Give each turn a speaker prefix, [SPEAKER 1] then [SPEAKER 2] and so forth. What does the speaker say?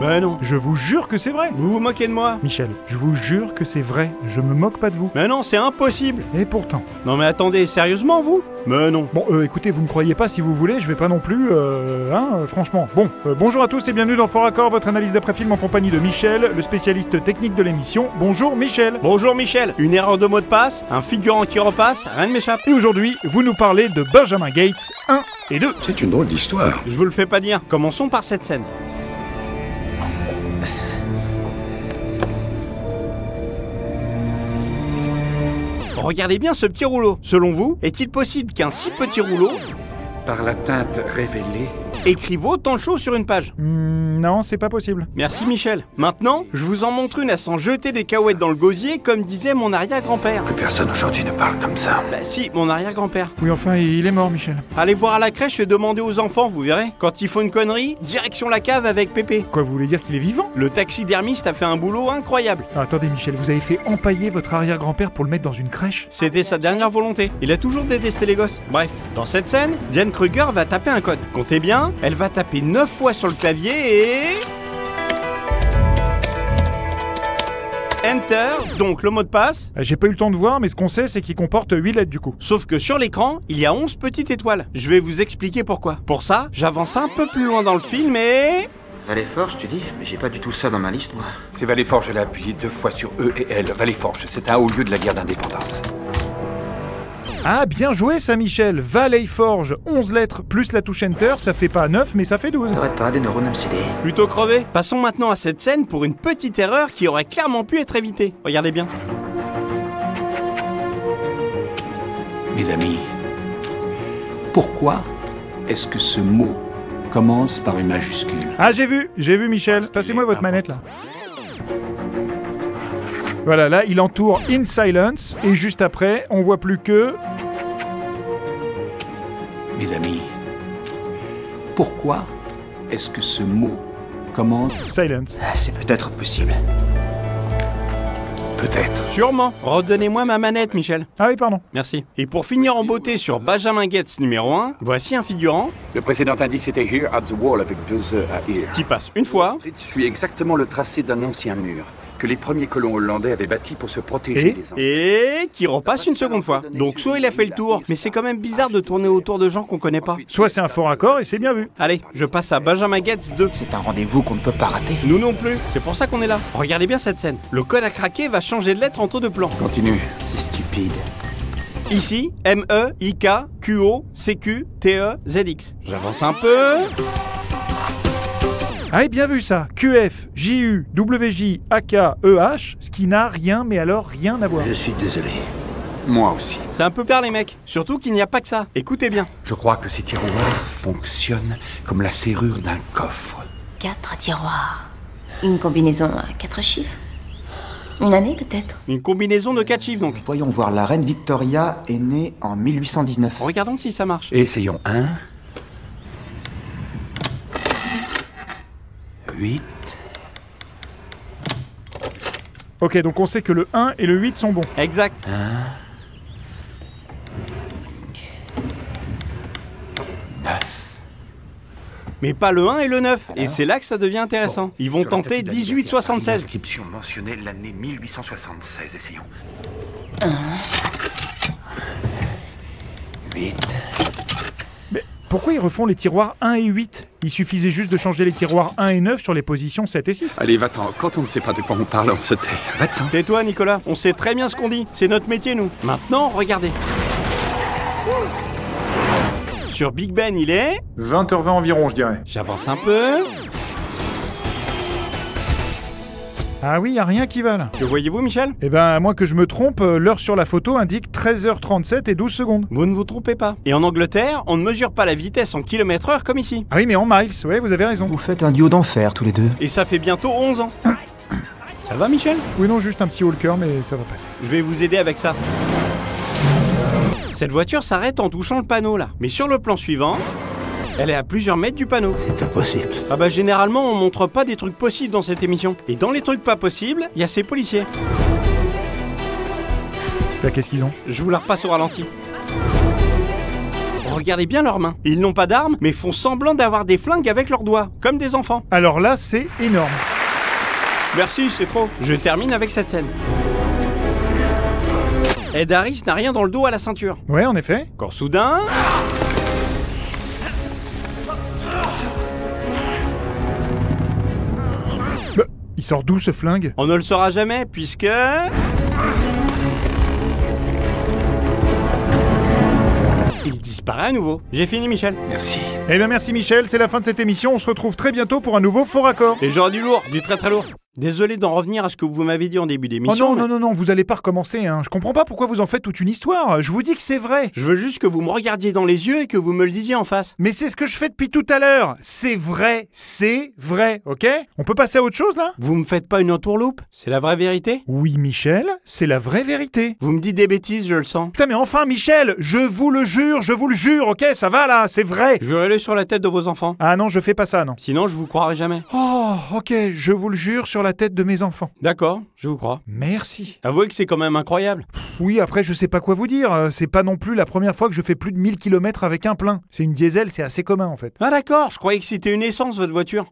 [SPEAKER 1] Bah non.
[SPEAKER 2] Je vous jure que c'est vrai
[SPEAKER 1] Vous vous moquez de moi
[SPEAKER 2] Michel, je vous jure que c'est vrai, je me moque pas de vous.
[SPEAKER 1] Mais non, c'est impossible
[SPEAKER 2] Et pourtant.
[SPEAKER 1] Non mais attendez, sérieusement vous Mais non.
[SPEAKER 2] Bon, euh, écoutez, vous me croyez pas si vous voulez, je vais pas non plus, euh, hein, euh, franchement. Bon, euh, bonjour à tous et bienvenue dans Fort Accord, votre analyse d'après-film en compagnie de Michel, le spécialiste technique de l'émission. Bonjour Michel
[SPEAKER 1] Bonjour Michel, une erreur de mot de passe, un figurant qui repasse, rien ne m'échappe.
[SPEAKER 2] Et aujourd'hui, vous nous parlez de Benjamin Gates 1 et 2.
[SPEAKER 3] C'est une drôle d'histoire.
[SPEAKER 1] Je vous le fais pas dire. Commençons par cette scène. Regardez bien ce petit rouleau. Selon vous, est-il possible qu'un si petit rouleau
[SPEAKER 3] Par la teinte révélée,
[SPEAKER 1] écrive autant de choses sur une page
[SPEAKER 2] Hmm, non, c'est pas possible.
[SPEAKER 1] Merci Michel. Maintenant, je vous en montre une à s'en jeter des cahuètes dans le gosier, comme disait mon arrière-grand-père.
[SPEAKER 3] plus personne aujourd'hui ne parle comme ça.
[SPEAKER 1] Bah si, mon arrière-grand-père.
[SPEAKER 2] Oui, enfin, il est mort, Michel.
[SPEAKER 1] Allez voir à la crèche et demandez aux enfants, vous verrez. Quand ils font une connerie, direction la cave avec Pépé.
[SPEAKER 2] Quoi, vous voulez dire qu'il est vivant
[SPEAKER 1] Le taxidermiste a fait un boulot incroyable.
[SPEAKER 2] Ah, Attendez, Michel, vous avez fait empailler votre arrière-grand-père pour le mettre dans une crèche
[SPEAKER 1] C'était sa dernière volonté. Il a toujours détesté les gosses. Bref, dans cette scène, Jen Kruger va taper un code. Comptez bien, elle va taper 9 fois sur le clavier et... Enter, donc le mot de passe.
[SPEAKER 2] Ah, J'ai pas eu le temps de voir, mais ce qu'on sait, c'est qu'il comporte 8 lettres du coup.
[SPEAKER 1] Sauf que sur l'écran, il y a 11 petites étoiles. Je vais vous expliquer pourquoi. Pour ça, j'avance un peu plus loin dans le film et...
[SPEAKER 4] Valet-Forge, tu dis Mais j'ai pas du tout ça dans ma liste, moi.
[SPEAKER 3] C'est Valéforge, elle a appuyé deux fois sur E et L. Valéforge, c'est un haut lieu de la guerre d'indépendance.
[SPEAKER 2] Ah, bien joué ça, Michel Valley Forge, 11 lettres plus la touche Enter, ça fait pas 9, mais ça fait 12.
[SPEAKER 4] T'aurais pas des neurones MCD
[SPEAKER 1] Plutôt crevé. Passons maintenant à cette scène pour une petite erreur qui aurait clairement pu être évitée. Regardez bien.
[SPEAKER 3] Mes amis, pourquoi est-ce que ce mot commence par une majuscule
[SPEAKER 2] Ah, j'ai vu, j'ai vu, Michel. Passez-moi votre manette là. Voilà, là, il entoure In Silence, et juste après, on voit plus que.
[SPEAKER 3] Mes amis, pourquoi est-ce que ce mot commence
[SPEAKER 2] Silence.
[SPEAKER 4] Ah, C'est peut-être possible.
[SPEAKER 3] peut-être
[SPEAKER 1] Sûrement. Redonnez-moi ma manette, Michel.
[SPEAKER 2] Ah oui, pardon.
[SPEAKER 1] Merci. Et pour finir en beauté sur Benjamin Gates numéro 1, voici un figurant
[SPEAKER 3] Le précédent indice était Here at the Wall avec deux E à Here.
[SPEAKER 1] qui passe une fois,
[SPEAKER 3] Street suit exactement le tracé d'un ancien mur que les premiers colons hollandais avaient bâti pour se protéger
[SPEAKER 2] Et-
[SPEAKER 3] des Anglais.
[SPEAKER 1] et qui repasse une seconde fois. Donc soit il a fait le tour, mais c'est quand même bizarre de tourner autour de gens qu'on connaît pas.
[SPEAKER 2] Soit c'est un fort accord, et c'est bien vu.
[SPEAKER 1] Allez, je passe à Benjamin Gates 2.
[SPEAKER 4] C'est un rendez-vous qu'on ne peut pas rater.
[SPEAKER 1] Nous non plus, c'est pour ça qu'on est là. Regardez bien cette scène. Le code à craquer va changer de lettre en taux de plan.
[SPEAKER 3] Continue.
[SPEAKER 4] C'est stupide.
[SPEAKER 1] Ici, E M-E-I-K-Q-O-C-Q-T-E-Z-X. J'avance un peu.
[SPEAKER 2] Ah, et bien vu ça. QF, JU, WJ, AK, EH, ce qui n'a rien, mais alors rien à voir.
[SPEAKER 4] Je suis désolé.
[SPEAKER 3] Moi aussi.
[SPEAKER 1] C'est un peu tard les mecs. Surtout qu'il n'y a pas que ça. Écoutez bien.
[SPEAKER 3] Je crois que ces tiroirs fonctionnent comme la serrure d'un coffre.
[SPEAKER 5] Quatre tiroirs. Une combinaison à quatre chiffres. Une année peut-être.
[SPEAKER 1] Une combinaison de 4 chiffres donc.
[SPEAKER 4] Voyons voir, la reine Victoria est née en 1819.
[SPEAKER 1] Regardons si ça marche.
[SPEAKER 3] Essayons un. 8.
[SPEAKER 2] Ok, donc on sait que le 1 et le 8 sont bons.
[SPEAKER 1] Exact. Mais pas le 1 et le 9. Et c'est là que ça devient intéressant. Ils vont tenter 1876.
[SPEAKER 3] L'inscription mentionnait l'année 1876. Essayons. 8.
[SPEAKER 2] Pourquoi ils refont les tiroirs 1 et 8 Il suffisait juste de changer les tiroirs 1 et 9 sur les positions 7 et 6.
[SPEAKER 3] Allez, va-t'en. Quand on ne sait pas de quoi on parle, on se tait. Va-t'en.
[SPEAKER 1] Tais-toi Nicolas, on sait très bien ce qu'on dit, c'est notre métier nous. Maintenant, regardez. Sur Big Ben, il est...
[SPEAKER 2] 20h20 environ, je dirais.
[SPEAKER 1] J'avance un peu.
[SPEAKER 2] Ah oui, y a rien qui va là.
[SPEAKER 1] Que voyez-vous Michel
[SPEAKER 2] Eh ben, à moins que je me trompe, euh, l'heure sur la photo indique 13h37 et 12 secondes.
[SPEAKER 1] Vous ne vous trompez pas. Et en Angleterre, on ne mesure pas la vitesse en kilomètres heure comme ici.
[SPEAKER 2] Ah oui, mais en miles, ouais, vous avez raison.
[SPEAKER 4] Vous faites un duo d'enfer tous les deux.
[SPEAKER 1] Et ça fait bientôt 11 ans. Ça va Michel
[SPEAKER 2] Oui, non, juste un petit haut le cœur, mais ça va passer.
[SPEAKER 1] Je vais vous aider avec ça. Cette voiture s'arrête en touchant le panneau là. Mais sur le plan suivant, elle est à plusieurs mètres du panneau.
[SPEAKER 4] C'est impossible.
[SPEAKER 1] Ah bah généralement on montre pas des trucs possibles dans cette émission. Et dans les trucs pas possibles, il y a ces policiers.
[SPEAKER 2] Bah, qu'est-ce qu'ils ont
[SPEAKER 1] Je vous la repasse au ralenti. Regardez bien leurs mains. Ils n'ont pas d'armes, mais font semblant d'avoir des flingues avec leurs doigts, comme des enfants.
[SPEAKER 2] Alors là, c'est énorme.
[SPEAKER 1] Merci, c'est trop. Je termine avec cette scène. Ed Harris n'a rien dans le dos à la ceinture.
[SPEAKER 2] Ouais, en effet.
[SPEAKER 1] Quand soudain.
[SPEAKER 2] Bah, il sort d'où ce flingue
[SPEAKER 1] On ne le saura jamais puisque. Il disparaît à nouveau. J'ai fini, Michel.
[SPEAKER 3] Merci.
[SPEAKER 2] Eh bien, merci Michel, c'est la fin de cette émission. On se retrouve très bientôt pour un nouveau Fort Accord.
[SPEAKER 1] Et genre du lourd, du très très lourd. Désolé d'en revenir à ce que vous m'avez dit en début
[SPEAKER 2] Oh
[SPEAKER 1] d'émission.
[SPEAKER 2] non,
[SPEAKER 1] mais
[SPEAKER 2] non, non, non, vous allez pas recommencer, hein. Je comprends pas pourquoi vous en faites toute une histoire. Je vous dis que c'est vrai.
[SPEAKER 1] Je veux juste que vous me regardiez dans les yeux et que vous me le disiez en face.
[SPEAKER 2] Mais c'est ce que je fais depuis tout à l'heure. C'est vrai, c'est vrai, ok On peut passer à autre chose là
[SPEAKER 1] Vous me faites pas une entourloupe C'est la vraie vérité
[SPEAKER 2] Oui, Michel, c'est la vraie vérité.
[SPEAKER 1] Vous me dites des bêtises, je le sens.
[SPEAKER 2] Putain, mais enfin, Michel, je vous le jure, je vous le jure, ok Ça va là, c'est vrai.
[SPEAKER 1] Jurez-le sur la tête de vos enfants.
[SPEAKER 2] Ah non, je fais pas ça, non.
[SPEAKER 1] Sinon, je vous croirai jamais.
[SPEAKER 2] Oh, ok, je vous le jure sur la tête de mes enfants.
[SPEAKER 1] D'accord, je vous crois.
[SPEAKER 2] Merci.
[SPEAKER 1] Avouez que c'est quand même incroyable.
[SPEAKER 2] Oui, après, je sais pas quoi vous dire. euh, C'est pas non plus la première fois que je fais plus de 1000 km avec un plein. C'est une diesel, c'est assez commun en fait.
[SPEAKER 1] Ah d'accord, je croyais que c'était une essence votre voiture.